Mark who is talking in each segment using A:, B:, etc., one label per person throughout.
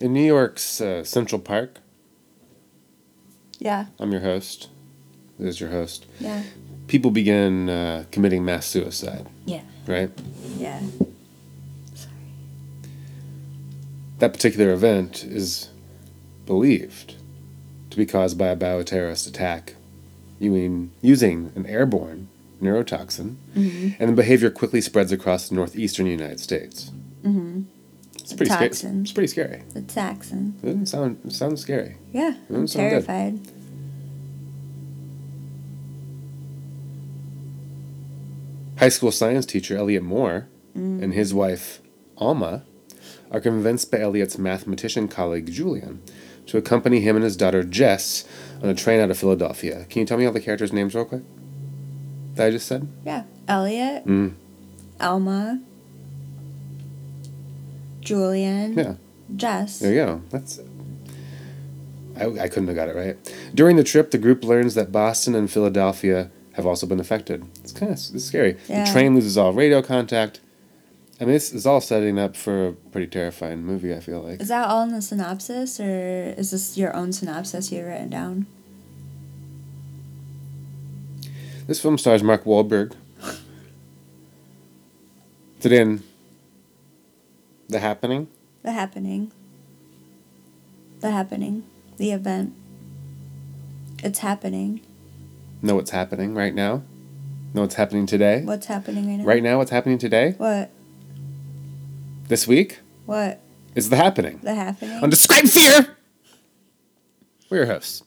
A: In New York's uh, Central Park,
B: Yeah.
A: I'm your host. There's your host.
B: Yeah.
A: People begin uh, committing mass suicide,
B: Yeah.
A: right?
B: Yeah. Sorry.
A: That particular event is believed to be caused by a bioterrorist attack using, using an airborne neurotoxin, and the behavior quickly spreads across the northeastern United States. Mm-hmm. It's pretty scary.
B: Toxin.
A: It's pretty scary.
B: The Saxon.
A: It doesn't sound it sounds scary.
B: Yeah. I'm
A: Mm, sound good.
B: terrified.
A: High school science teacher Elliot Moore and his wife Alma are convinced by Elliot's mathematician colleague Julian to accompany him and his daughter Jess on a train out of Philadelphia. Can you tell me all the characters' names real quick? That I just said?
B: Yeah. Elliot.
A: Mm.
B: Elma. Julian.
A: Yeah.
B: Jess.
A: There you go. That's I, I couldn't have got it right. During the trip, the group learns that Boston and Philadelphia have also been affected. It's kind of it's scary.
B: Yeah.
A: The train loses all radio contact. I mean, this is all setting up for a pretty terrifying movie, I feel like.
B: Is that all in the synopsis, or is this your own synopsis you've written down?
A: This film stars Mark Wahlberg. Is it in The Happening?
B: The happening. The happening. The event. It's happening.
A: Know what's happening right now? Know what's happening today?
B: What's happening right now?
A: Right now, what's happening today?
B: What?
A: This week?
B: What?
A: Is The Happening.
B: The happening?
A: On Describe Fear! We're your hosts.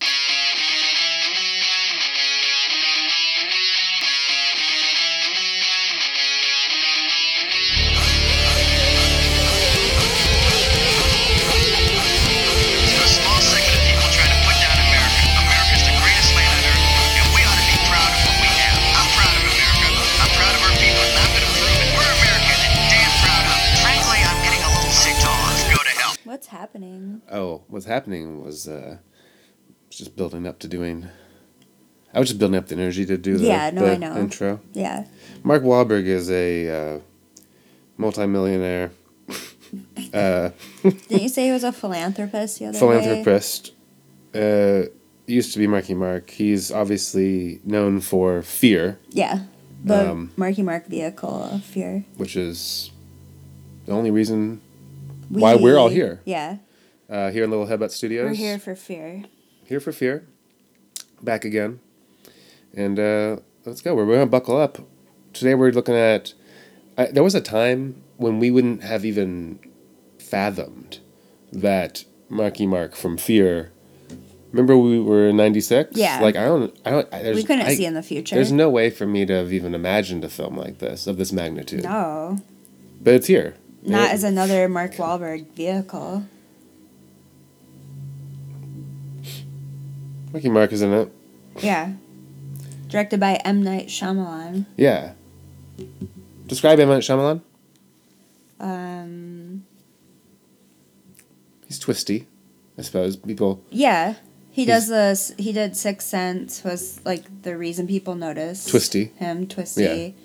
C: In a small segment of people trying to put down America. America's the greatest land on earth, and we ought to be proud of what we have. I'm proud of America. I'm proud of our people, and I'm going to prove it. We're Americans, and damn proud of it. Frankly, I'm getting a little sick to all this. Go to hell.
B: What's happening?
A: Oh, what's happening was uh, was just building up to doing. I was just building up the energy to do the,
B: Yeah, no,
A: the
B: I know.
A: intro.
B: Yeah.
A: Mark Wahlberg is a uh, multimillionaire
B: Didn't you say he was a philanthropist the other day?
A: philanthropist. Uh, used to be Marky Mark. He's obviously known for Fear,
B: Yeah. The
A: Um,
B: Marky Mark vehicle of fear.
A: which is the only reason Why we're all
B: We-
A: here.
B: Yeah.
A: uh, here in Little Headbutt Studios.
B: We're here for fear.
A: Here for Fear. Back again, and uh, let's go. We're gonna buckle up. Today we're looking at. I, there was a time when we wouldn't have even fathomed that Marky Mark from Fear. Remember we were in '96.
B: Yeah.
A: Like I don't. I don't. I, there's,
B: we couldn't
A: I-
B: see in the future.
A: There's no way for me to have even imagined a film like this of this magnitude.
B: No.
A: But it's here.
B: Not
A: It-
B: as another Mark Wahlberg vehicle.
A: Ricky Mark is in it.
B: Yeah. Directed by M. Night Shyamalan.
A: Yeah. Describe him at Shyamalan.
B: Um,
A: He's twisty, I suppose. People.
B: yeah. He does this. He did Sixth Sense, was like the reason people noticed.
A: Twisty.
B: Him, Twisty.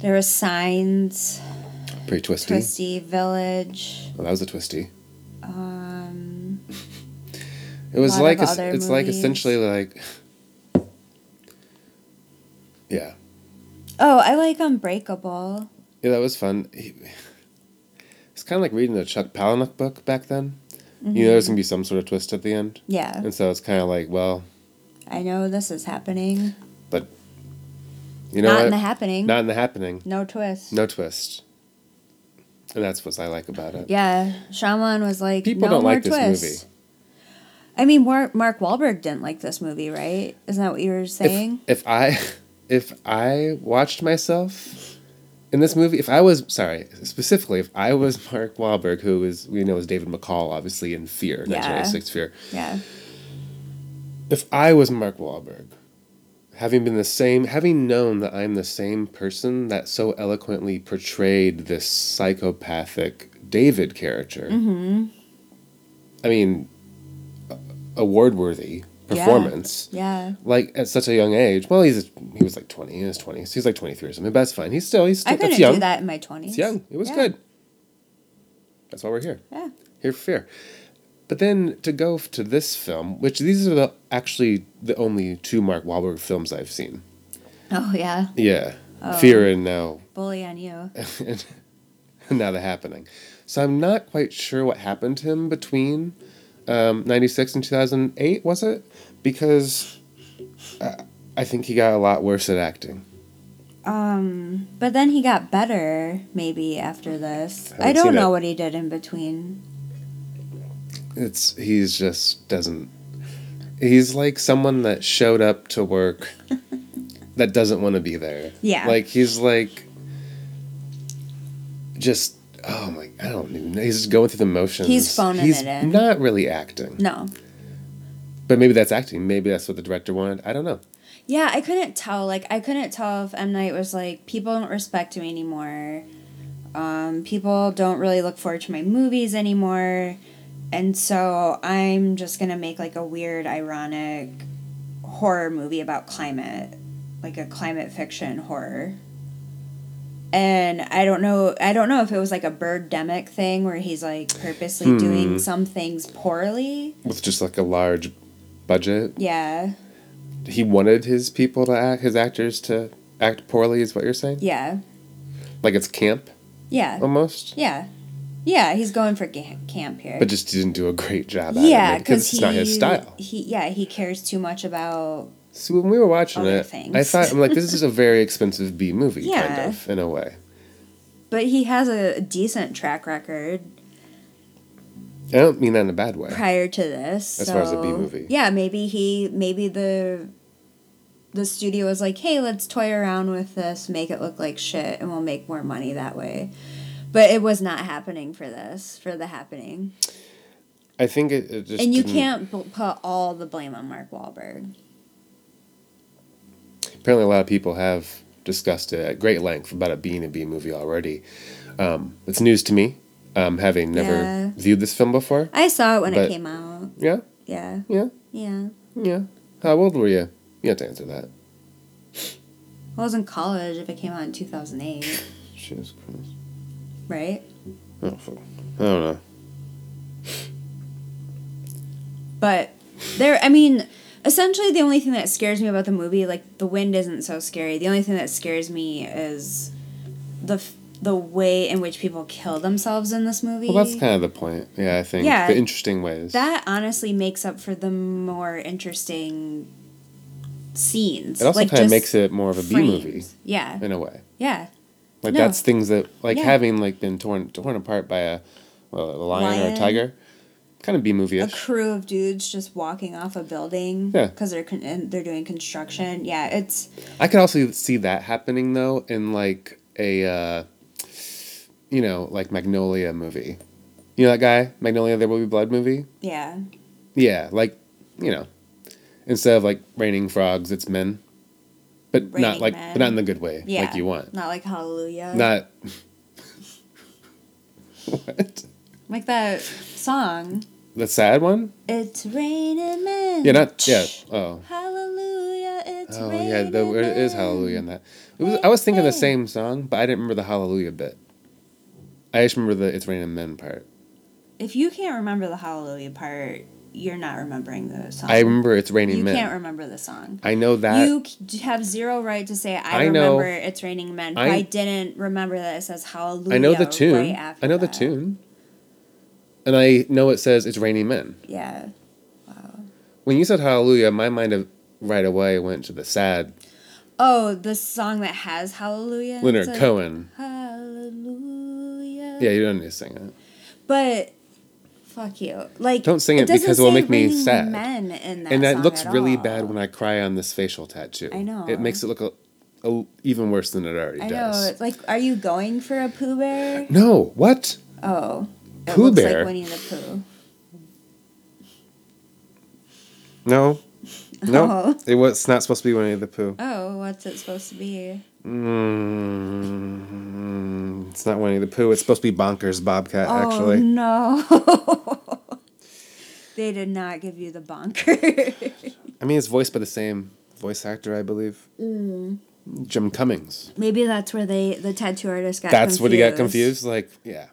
B: There was Signs,
A: Pretty twisty.
B: Twisty Village.
A: Well, that was a twisty.
B: Um,
A: It was
B: lot
A: like
B: of
A: es-
B: other
A: it's like
B: movies.
A: essentially like. Yeah.
B: oh, I like Unbreakable.
A: Yeah, that was fun. He, it's kind of like reading a Chuck Palahniuk book back then. You know, there's gonna be some sort of twist at the end,
B: Mm-hmm. Yeah.
A: and so it's kind of like, well,
B: I know this is happening.
A: you know
B: Not
A: what?
B: in the happening.
A: Not in the happening.
B: no twist.
A: No twist. And that's what I like about it.
B: Yeah, Shyamalan was like,
A: People
B: no
A: don't
B: more
A: like this
B: twist.
A: movie.
B: I mean, Mar- Mark Wahlberg didn't like this movie, right? Isn't that what you were saying?
A: If, if I if I watched myself in this movie, if I was sorry, specifically if I was Mark Wahlberg, who is we know is David McCall, obviously in Fear,
B: Yeah.
A: 1996 Fear.
B: yeah,
A: If I was Mark Wahlberg, having been the same, having known that I'm the same person that so eloquently portrayed this psychopathic David character, I mean, award worthy performance
B: yeah.
A: like at such a young age. Well, he's he was like twenty in his twenties. He's like twenty three or something. But that's fine. He's still he's still
B: I
A: that's
B: couldn't
A: young.
B: do that in my twenties.
A: It's young. It was
B: Yeah.
A: good. That's why we're here.
B: Yeah,
A: Hear fear. But then to go f- to this film, which these are the, actually the only two Mark Wahlberg films I've seen.
B: Oh yeah,
A: Yeah. Fear and now
B: bully on you.
A: and now the happening. So I'm not quite sure what happened to him between um, 96 and 2008, was it? Because uh, I, I think he got a lot worse at acting.
B: Um, but then he got better maybe after this.
A: Haven't
B: I, don't
A: seen
B: know
A: it.
B: what he did in between.
A: It's he's just doesn't. He's like someone that showed up to work that doesn't want to be there.
B: Yeah.
A: Like he's like just oh my I don't even know. He's just going through the motions.
B: He's phoning
A: He's
B: it in.
A: Not really acting.
B: No.
A: But maybe that's acting. Maybe that's what the director wanted. I don't know.
B: Yeah, I couldn't tell. Like, I couldn't tell if M Night was like, people don't respect me anymore. Um, people don't really look forward to my movies anymore, and so I'm just gonna make like a weird, ironic horror movie about climate, like a climate fiction horror. And I don't know. I don't know if it was like a birdemic thing where he's like purposely doing some things poorly.
A: With just like a large budget,
B: Yeah,
A: he wanted his people to act, his actors to act poorly. Is what you're saying?
B: yeah,
A: Like it's camp
B: yeah.
A: almost,
B: Yeah. Yeah, he's going for ga- camp here.
A: but just didn't do a great job. at it,
B: yeah,
A: maybe,
B: because
A: it's not his style.
B: He yeah, he cares too much about
A: So when we were watching
B: Other
A: it, I
B: things.
A: thought I'm like, this is a very expensive B movie,
B: Yeah.
A: kind of in a way.
B: but he has a decent track record
A: I don't mean that in a bad way.
B: prior to this.
A: As far as a
B: so-
A: B movie.
B: Yeah, maybe he maybe the the studio was like, "Hey, let's toy around with this, make it look like shit, and we'll make more money that way." But it was not happening for this, for the happening.
A: I think it, it just
B: And you
A: didn't-
B: can't b- put all the blame on Mark Wahlberg.
A: Apparently, a lot of people have discussed it at great length about it being a B movie already. Um, it's news to me, um, having never
B: Yeah.
A: viewed this film before.
B: I saw it when
A: But-
B: it came out.
A: Yeah,
B: Yeah.
A: yeah,
B: Yeah.
A: yeah. How old were you? You have to answer that.
B: I was in college if it came out in 2008,
A: Jesus Christ.
B: right?
A: Oh, fuck. I don't know.
B: But there, I mean, essentially the only thing that scares me about the movie, like the wind isn't so scary. The only thing that scares me is the f- the way in which people kill themselves in this movie.
A: Well, that's kind of the point. Yeah, I think
B: Yeah.
A: the interesting ways.
B: that honestly makes up for the more interesting scenes.
A: it also
B: like,
A: kind of
B: just
A: makes it more of a B
B: frames.
A: movie
B: Yeah,
A: in a way.
B: yeah,
A: Like
B: No.
A: that's things that like
B: Yeah.
A: having like been torn torn apart by a well, a lion, or a
B: Lion.
A: tiger, kind of B movie
B: a
A: ish.
B: crew of dudes just walking off a building
A: Yeah.
B: because they're con- and they're doing construction. Yeah, it's.
A: I could also see that happening though in like a uh, you know like Magnolia movie. You know that guy Magnolia? There will be blood movie.
B: Yeah.
A: Yeah, like you know, instead of like raining frogs, it's men, but not
B: Raining
A: like
B: Men.
A: but not in the good way
B: Yeah.
A: like you want.
B: Not like Hallelujah.
A: Not what
B: like that song.
A: the sad one?
B: It's raining men.
A: Yeah, not yeah. Oh.
B: Hallelujah. It's
A: Oh
B: raining.
A: yeah, the, it is
B: men.
A: Hallelujah in that. It was, I was thinking the same song, but I didn't remember the Hallelujah bit. I just remember the "It's Raining Men" part.
B: If you can't remember the Hallelujah part, you're not remembering the song.
A: I remember "It's Raining
B: You
A: Men."
B: can't remember the song.
A: I know that.
B: you c- have zero right to say I,
A: I know-
B: remember it's raining men.
A: I-
B: I, didn't remember that it says Hallelujah.
A: I know the tune.
B: Right after
A: I know the
B: that.
A: tune. And I know it says "It's Raining Men."
B: Yeah.
A: When you said "Hallelujah," my mind of right away went to the sad
B: Oh, the song that has Hallelujah.
A: Leonard
B: It's like,
A: Cohen.
B: Hallelujah.
A: Yeah, you don't need to sing it.
B: But fuck you. Like
A: Don't sing it
B: doesn't
A: because it'll
B: say
A: make me
B: raining
A: sad.
B: Men in that
A: and that
B: song
A: looks
B: at
A: really
B: all.
A: bad when I cry on this facial tattoo.
B: I know.
A: It makes it look a, a, even worse than it already
B: I
A: does.
B: know. Like, are you going for a Pooh Bear?
A: No, what?
B: Oh, it
A: Pooh
B: looks
A: Bear?
B: Like Winnie the Pooh.
A: No. No.
B: Oh.
A: It was it's not supposed to be Winnie the Pooh.
B: Oh, what's it supposed to be?
A: Mm, it's not Winnie the Pooh. It's supposed to be Bonkers Bobcat,
B: Oh
A: actually.
B: no. They did not give you the bonker.
A: I mean, it's voiced by the same voice actor, I believe.
B: Mm.
A: Jim Cummings.
B: Maybe that's where they the tattoo artist got.
A: That's what he got confused. Like, yeah.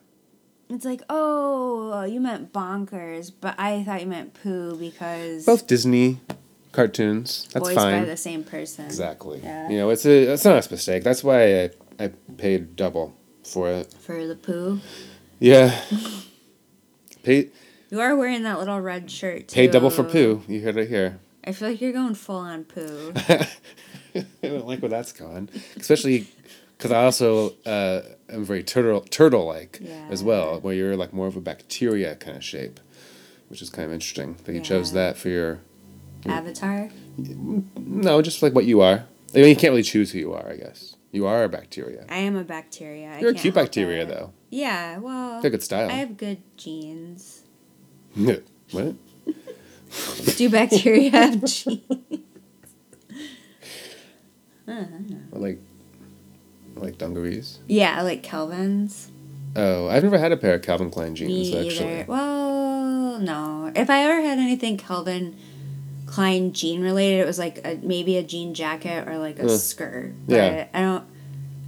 B: It's like, oh, you meant bonkers, but I thought you meant poo because
A: Both Disney cartoons. That's
B: voiced
A: fine.
B: by the same person.
A: Exactly.
B: Yeah.
A: You know, it's a it's not a mistake. That's why I, I paid double for it.
B: For the poo.
A: Yeah. Pay
B: You are wearing that little red shirt.
A: pay double for
B: too.
A: poo. You heard it here.
B: I feel like you're going full on poo.
A: I don't like where that's gone, especially because I also uh, am very turtle turtle like
B: Yeah.
A: as well, where you're like more of a bacteria kind of shape, which is kind of interesting that you chose
B: Yeah.
A: that for your
B: Avatar.
A: no, just like what you are. I mean, you can't really choose who you are. I guess you are a bacteria.
B: I am a bacteria. I
A: You're a
B: can't
A: cute
B: help
A: bacteria
B: it.
A: though.
B: Yeah, well,
A: Got good style.
B: I have good genes.
A: what?
B: Do bacteria have genes?
A: I like I like dungarees.
B: Yeah, like Kelvin's.
A: Oh, I've never had a pair of Calvin Klein jeans
B: Me
A: actually.
B: either. Well, no. If I ever had anything Kelvin Klein jean related, it was like a, maybe a jean jacket or like a
A: Mm.
B: skirt. But
A: Yeah.
B: I don't.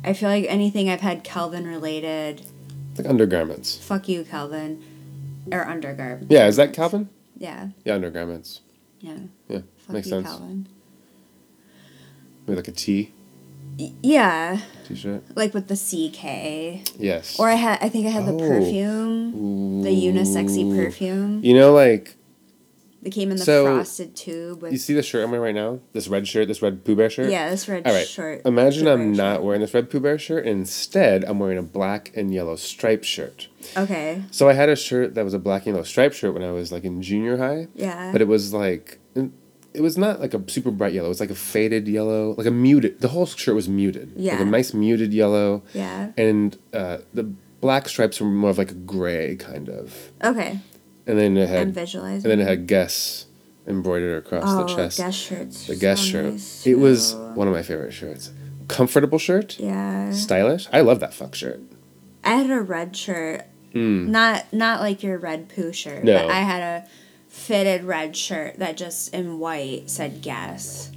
B: I feel like anything I've had Kelvin related.
A: Like undergarments.
B: Fuck you, Kelvin. Or undergarb.
A: Yeah, is that Calvin?
B: Yeah.
A: Yeah, undergarments.
B: Yeah.
A: Yeah,
B: Fuck
A: makes
B: you,
A: sense.
B: Calvin.
A: Maybe like a T
B: Y- yeah,
A: t-shirt.
B: like with the CK.
A: Yes.
B: Or I had I think I had the
A: Oh.
B: perfume, the unisexy
A: Ooh.
B: perfume.
A: You know, like
B: They came in the
A: So,
B: frosted tube with
A: you see the shirt I'm wearing right now. This red shirt, this red Pooh Bear shirt.
B: yeah, this red
A: All right.
B: short.
A: Imagine
B: the
A: I'm
B: red
A: not wearing this red Pooh Bear shirt. Instead, I'm wearing a black and yellow striped shirt.
B: shirt. Okay.
A: So I had a shirt that was a black and yellow striped shirt when I was like in junior high.
B: Yeah.
A: but it was like it was not like a super bright yellow. It was like a faded yellow, like a muted. The whole shirt was muted, like
B: Yeah.
A: a nice muted yellow,
B: yeah.
A: and uh, the black stripes were more of like a gray kind of.
B: Okay.
A: And then it had
B: I'm
A: and
B: visualizing.
A: then it had Guess embroidered across
B: oh,
A: the chest.
B: guest shirts.
A: the Guess
B: so
A: shirt.
B: nice,
A: it was
B: too.
A: one of my favorite shirts. Comfortable shirt,
B: Yeah.
A: stylish. I love that fuck shirt.
B: I had a red shirt. Not not like your red poo shirt,
A: Hmm. No.
B: but I had a fitted red shirt that just in white said guess.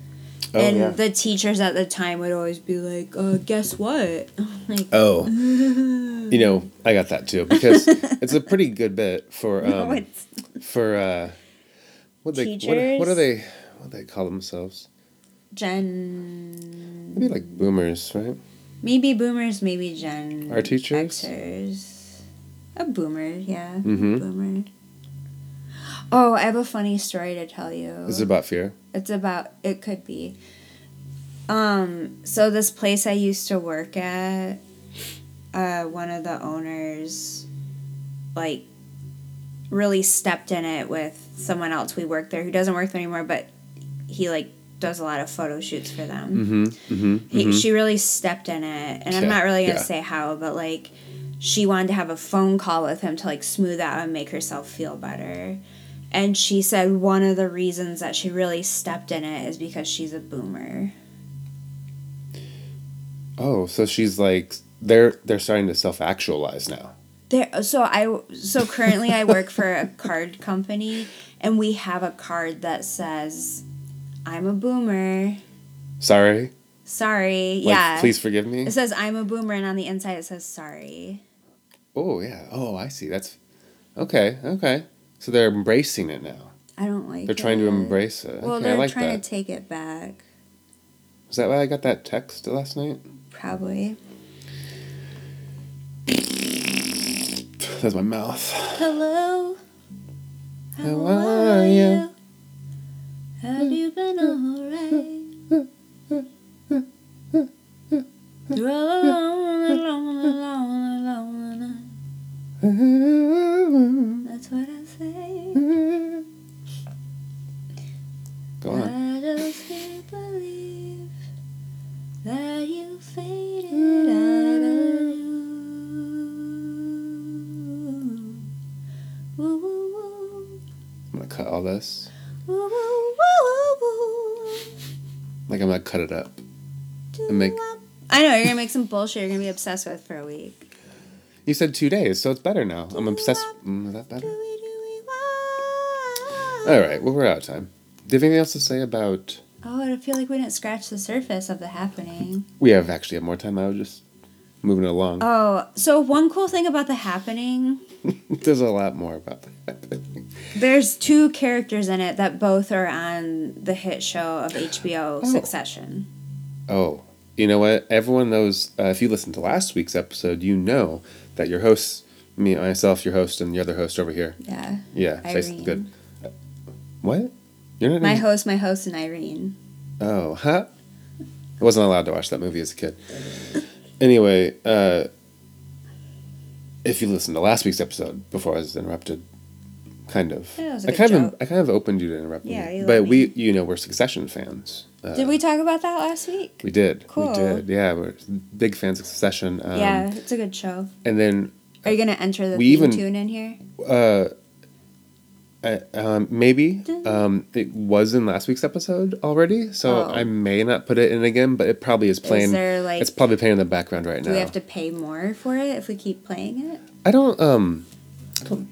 A: Oh,
B: and
A: yeah.
B: the teachers at the time would always be like, uh, guess what? I'm like,
A: Oh, you know, I got that too because it's a pretty good bit for um,
B: no, it's
A: for uh what they what, what are
B: Teachers?
A: they what do they call themselves
B: Gen.
A: maybe like boomers right
B: Maybe boomers, maybe Gen.
A: Our teachers?
B: Xers. A boomer, yeah.
A: Mhm.
B: Boomer. Oh, I have a funny story to tell you.
A: this is about fear
B: It's about it could be. Um, so this place I used to work at, uh, one of the owners like really stepped in it with someone else we worked there who doesn't work there anymore, but he like does a lot of photo shoots for them
A: mm-hmm mm-hmm
B: he, she really stepped in it and i'm
A: Yeah,
B: not really gonna
A: yeah.
B: say how but like she wanted to have a phone call with him to like smooth out and make herself feel better and she said one of the reasons that she really stepped in it is because she's a boomer
A: oh so she's like they're they're starting to self-actualize now
B: there so i so currently i work for a card company and we have a card that says i'm a boomer
A: sorry like,
B: sorry yeah
A: please forgive me
B: it says i'm a boomer and on the inside it says sorry
A: oh yeah oh i see that's okay okay so they're embracing it now
B: i don't like
A: they're trying to
B: it.
A: embrace it
B: Well,
A: okay i
B: they're
A: like
B: trying
A: that
B: to take it back,
A: is that why i got that text last night
B: probably.
A: that's my mouth
B: Hello. How,
A: are
B: are
A: you?
B: you? Have you been alright? You're all alone, alone, alone, alone. That's what I say.
A: go on
B: I just can't believe that you faded
A: Mm.
B: out of you. Woo, woo, woo.
A: I'm gonna cut all this.
B: I
A: Like I'm gonna cut it up. And make
B: know you're gonna make some bullshit. You're gonna be obsessed with for a week.
A: you said two days, so it's better now. I'm obsessed. Mm, is that better? All
B: All
A: right. Well, we're out of time. Do you have anything else to say about?
B: Oh, I feel like we didn't scratch the surface of the happening.
A: We have actually have more time. I was just moving along.
B: Oh, so one cool thing about the happening,
A: There's a lot more about that.
B: there's two characters in it that both are on the hit show of HBO Succession.
A: Oh, you know what? Everyone knows. Uh, if you listened to last week's episode, you know that your hosts, me, myself, your host, and the other host over here.
B: Yeah.
A: Yeah, say something good.
B: Irene.
A: What? You're not.
B: My
A: in-
B: host, my host, and Irene.
A: Oh, huh? I wasn't allowed to watch that movie as a kid. Anyway, uh, if you listened to last week's episode before I was interrupted, kind of.
B: Yeah, it was a
A: I
B: good
A: kind of
B: joke.
A: I kind of opened you to interrupt me.
B: Yeah, you let
A: but
B: me.
A: we, you know, we're Succession fans. Uh,
B: Did we talk about that last week?
A: We did.
B: Cool.
A: We did. Yeah, we're big fans of Succession. Um,
B: yeah, it's a good show.
A: And then
B: Are you gonna enter the
A: we
B: theme
A: even-
B: tune in here?
A: um, maybe
B: Dun.
A: um, it was in last week's episode already, so
B: Oh.
A: I may not put it in again, but it probably is playing.
B: there, like-
A: it's probably playing in the background right
B: Do
A: now.
B: we have to pay more for it if we keep playing it?
A: I don't um I don't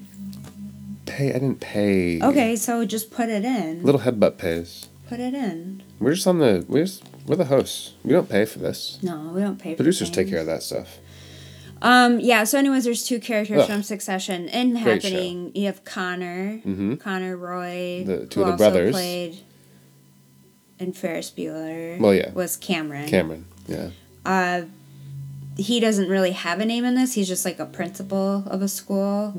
A: pay I didn't pay
B: Okay, so just put it in.
A: Little Headbutt pays.
B: Put it in.
A: We're just on the we're just, we're the hosts. We don't pay for this.
B: No, we don't pay.
A: Producers
B: for
A: take care of that stuff.
B: Um. Yeah. So, anyways, there's two characters
A: Ugh.
B: from Succession in
A: Great show. Mm-hmm.
B: happening. You have Connor, Connor Roy,
A: The- two of the brothers.
B: played and Ferris Bueller.
A: Well, yeah.
B: was Cameron.
A: Cameron. Yeah.
B: Uh, he doesn't really have a name in this. He's just like a principal of a school,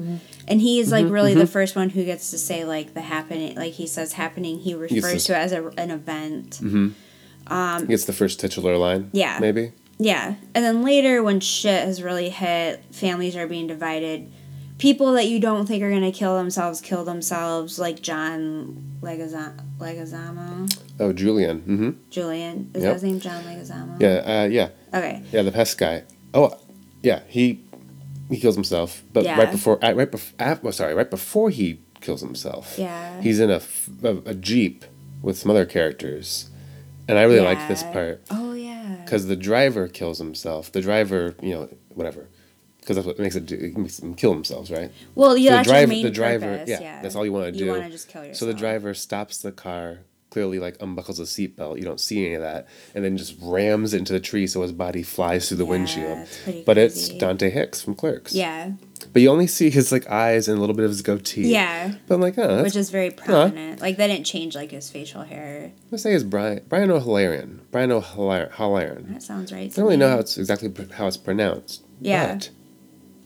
B: and he's
A: Mm-hmm,
B: like really the first one who gets to say like the happening. Like he says happening. He refers
A: this-
B: to it as a, an event.
A: He gets the first titular line.
B: Um, Yeah.
A: Maybe.
B: Yeah. And then later, when shit has really hit, families are being divided. People that you don't think are going to kill themselves kill themselves, like John Leguiza- Leguizamo.
A: Oh, Julian. Mm-hmm.
B: Julian. Is
A: Yep.
B: that his name? John Leguizamo?
A: Yeah, uh, yeah.
B: Okay.
A: Yeah, the pest guy. Oh, yeah, he he kills himself, but
B: Yeah.
A: right before at, right before af well, sorry, right before he kills himself.
B: Yeah.
A: He's in a f- a- a jeep with some other characters. And I really liked this
B: Yeah.
A: part.
B: Oh, yeah.
A: because the driver kills himself. The driver, you know, whatever, because that's what makes it, do, it makes them kill themselves, right?
B: Well, yeah,
A: So
B: that's your main purpose,
A: yeah,
B: yeah.
A: that's all you want to
B: You
A: do.
B: wanna just kill
A: So the
B: yourself.
A: driver stops the car, clearly like unbuckles the seatbelt. You don't see any of that, and then just rams into the tree so his body flies through the
B: Yeah,
A: windshield.
B: it's pretty
A: but it's
B: crazy.
A: Dante Hicks from Clerks.
B: Yeah.
A: But you only see his like eyes and a little bit of his goatee.
B: Yeah.
A: But I'm like, oh, that's,
B: Which is very prominent. Like, they didn't change, like, his facial hair.
A: let's say it's Brian Brian O'Halarian. Brian O'Halarian.
B: That sounds right.
A: I
B: to
A: don't really
B: me.
A: know how it's exactly pr- how it's pronounced.
B: Yeah.
A: but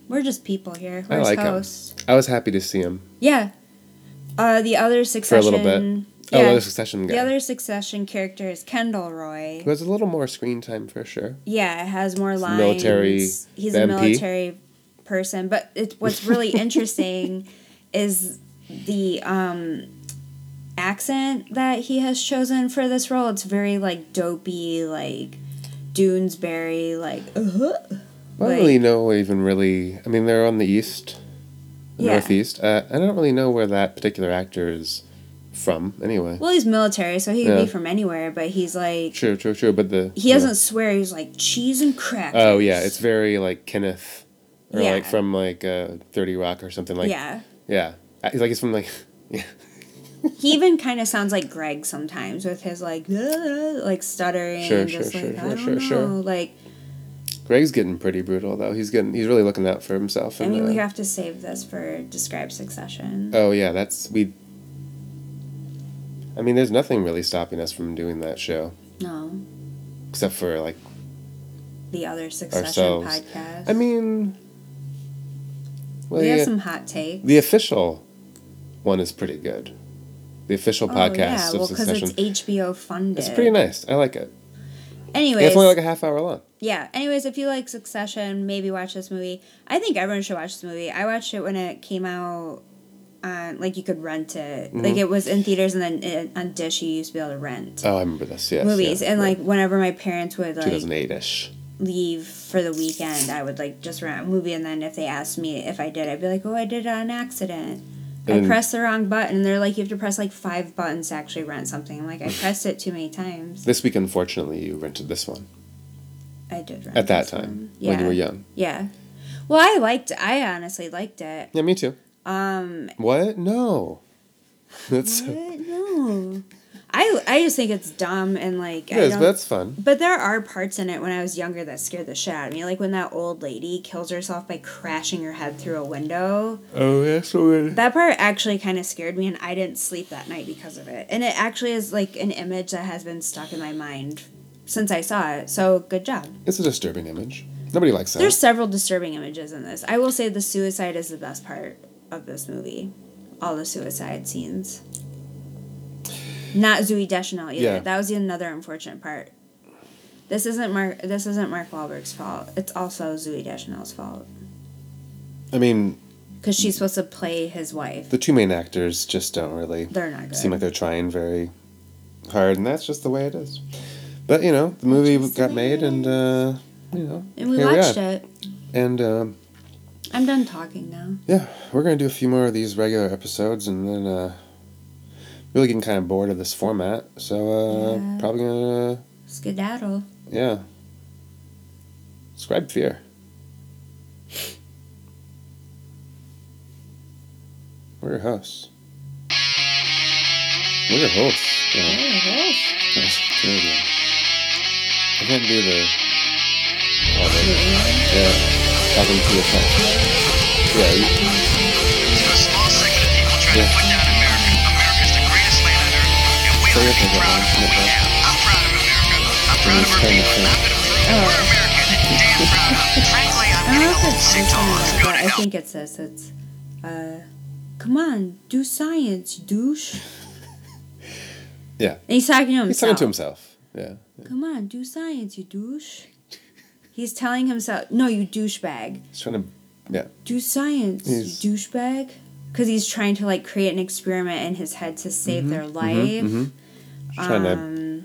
B: We're just people here. We're
A: I
B: his
A: like
B: hosts.
A: him. I was happy to see him.
B: Yeah. Uh, the other
A: For a
B: Succession.
A: little bit.
B: Yeah.
A: Oh, the other Succession guy.
B: The other Succession character is Kendall Roy.
A: Who has a little more screen time for sure.
B: Yeah, has more lines.
A: military
B: He's a
A: MP.
B: military person, but it, what's really interesting is the um, accent that he has chosen for this role. It's very like dopey, like Doonesbury, like uh-huh.
A: I don't
B: Like-
A: really know even really. I mean, they're on the east, the
B: Yeah.
A: northeast. Uh, I don't really know where that particular actor is from. Anyway,
B: well, he's military, so he could
A: Yeah.
B: be from anywhere, but he's like
A: true, true, true. But the
B: he doesn't swear. He's like cheese and crackers.
A: Oh yeah, it's very like Kenneth, or
B: Yeah.
A: like from like uh, Thirty Rock or something like.
B: yeah.
A: Yeah, Uh, he's like he's from like. Yeah.
B: He even kind of sounds like Greg sometimes with his like like stuttering
A: Sure,
B: and
A: sure,
B: just
A: sure,
B: like
A: sure,
B: I don't
A: sure,
B: know
A: sure.
B: like
A: Greg's getting pretty brutal though. He's getting he's really looking out for himself.
B: I
A: And,
B: mean
A: uh,
B: we have to save this for describe succession.
A: Oh yeah, that's we. I mean, there's nothing really stopping us from doing that show,
B: No,
A: except for like.
B: the other succession
A: Ourselves.
B: podcast.
A: I mean. Well,
B: we have
A: yeah,
B: some hot takes.
A: the official, one is pretty good. The official
B: oh
A: podcast
B: yeah,
A: of
B: well because
A: Succession.
B: it's
A: It's,
B: HBO funded.
A: pretty nice. I like it. Yeah,
B: Anyways,
A: it's only like a half hour long.
B: yeah. Anyways, if you like Succession, maybe watch this movie. I think everyone should watch this movie. I watched it when it came out. On, like you could rent it,
A: Mm-hmm.
B: like it was in theaters, and then it, on Dish you used to be able to rent.
A: Oh, I remember this. Yes.
B: movies
A: yes,
B: and
A: yeah.
B: like whenever my parents would like
A: 2008 ish.
B: leave for the weekend i would like just rent a movie and then if they asked me if i did i'd be like oh i did it on accident
A: And-
B: i pressed the wrong button and they're like you have to press like five buttons to actually rent something I'm like i pressed it too many times
A: This week, unfortunately, you rented this one
B: i did rent
A: at that
B: this
A: time
B: one. yeah
A: when you were young.
B: yeah well i liked i honestly liked it
A: Yeah, me too.
B: um
A: What? No. That's
B: what? no I I just think it's dumb and like I
A: Yes,
B: don't-
A: but that's fun.
B: But there are parts in it when I was younger that scared the shit out of me, like when that old lady kills herself by crashing her head through a window.
A: Oh, that's so good.
B: That part actually kind of scared me, and I didn't sleep that night because of it. And it actually is like an image that has been stuck in my mind since I saw it. So good job.
A: It's a disturbing image. Nobody likes that.
B: There's several disturbing images in this. I will say the suicide is the best part of this movie. All the suicide scenes. Not Zooey Deschanel either.
A: Yeah.
B: That was the another unfortunate part. This isn't Mark. This isn't Mark Wahlberg's fault. It's also Zooey Deschanel's fault
A: I mean,
B: because she's supposed to play his wife.
A: the two main actors just don't really
B: They're not good.
A: seem like they're trying very hard, and that's just the way it is. But you know, the movie
B: Just the
A: got
B: way it
A: made,
B: is.
A: and uh, you know,
B: and we
A: here
B: watched
A: we are.
B: it.
A: And um,
B: I'm done talking now.
A: yeah, we're gonna do a few more of these regular episodes, and then uh, really getting kind of bored of this format. So uh,
B: Yeah.
A: probably gonna uh,
B: Skedaddle.
A: yeah, scribe fear. We're your hosts. We're your hosts. Yeah. That's Canadian. I can't do the. all the- Yeah. Talking to the phone. Yeah. you-
C: To a small second of people trying to put down America. America's the greatest land on earth, and we ought to be proud of what we have. I'm proud of America. I'm proud of our people, and I'm gonna prove
B: Oh.
C: it. We're American, and damn proud of it. Frankly, I'm
B: I don't know if
C: getting a little
B: it's
C: sick
B: this
C: to
B: one
C: all
B: or
C: this.
B: not,
C: Go
B: but
C: to
B: I
C: hell.
B: think it's this. It's, uh, come on, do science, douche.
A: Yeah.
B: And he's talking to himself.
A: He's talking to himself. Yeah.
B: Come on, do science, you douche. He's telling himself, no, you douchebag.
A: He's trying to.
B: Do science,
A: He's-
B: you douchebag. Because he's trying to like create an experiment in his head to save their life.
A: mhm. He's trying to
B: Um,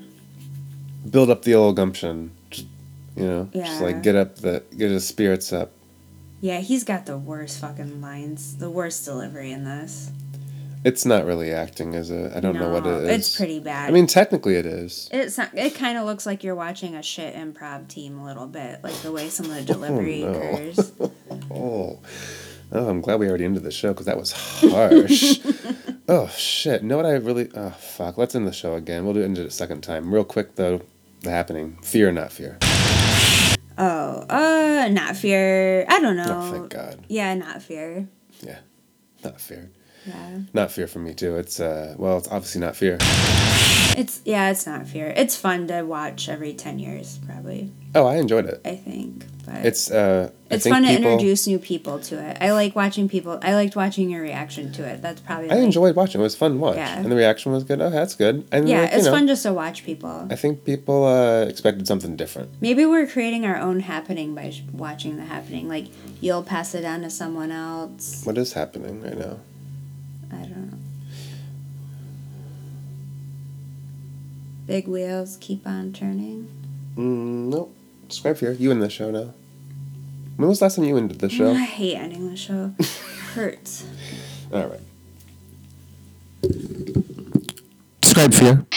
A: build up the old gumption. Just, you know, just
B: Yeah.
A: like get up the get his spirits up.
B: yeah, he's got the worst fucking lines, the worst delivery in this.
A: It's not really acting, is it? I don't know what it is.
B: It's pretty bad.
A: I mean, technically, it is.
B: It's not, it kind of looks like you're watching a shit improv team a little bit, like the way some of the delivery
A: Oh, no.
B: occurs.
A: Oh, oh, I'm glad we already ended the show because that was harsh. oh shit! Know what I really? Oh fuck! Let's end the show again. We'll do end it a second time, real quick though. The happening, fear or not fear.
B: Oh, uh, not fear. I don't know.
A: Oh, thank God.
B: Yeah, not fear.
A: Yeah, not fear.
B: Yeah,
A: Not fear for me too. It's uh, well, it's obviously not fear.
B: it's yeah, it's not fear. It's fun to watch every ten years, probably.
A: Oh, I enjoyed it.
B: I think, but
A: It's uh, I
B: it's
A: think
B: fun to
A: people-
B: introduce new people to it. I like watching people. I liked watching your reaction to it. That's probably.
A: I
B: like-
A: enjoyed watching. It was fun to watch,
B: Yeah.
A: and the reaction was good. Oh, that's good. And
B: Yeah,
A: like, you
B: it's
A: know,
B: fun just to watch people.
A: I think people uh, expected something different.
B: Maybe we're creating our own happening by sh- watching the happening. Like you'll pass it on to someone else.
A: What is happening right now?
B: I don't know. Big wheels keep on turning.
A: Mm, nope. Describe fear. You in the show now. When was the last time you ended the show?
B: I hate ending the show. Hurts.
A: All right.
D: Describe fear.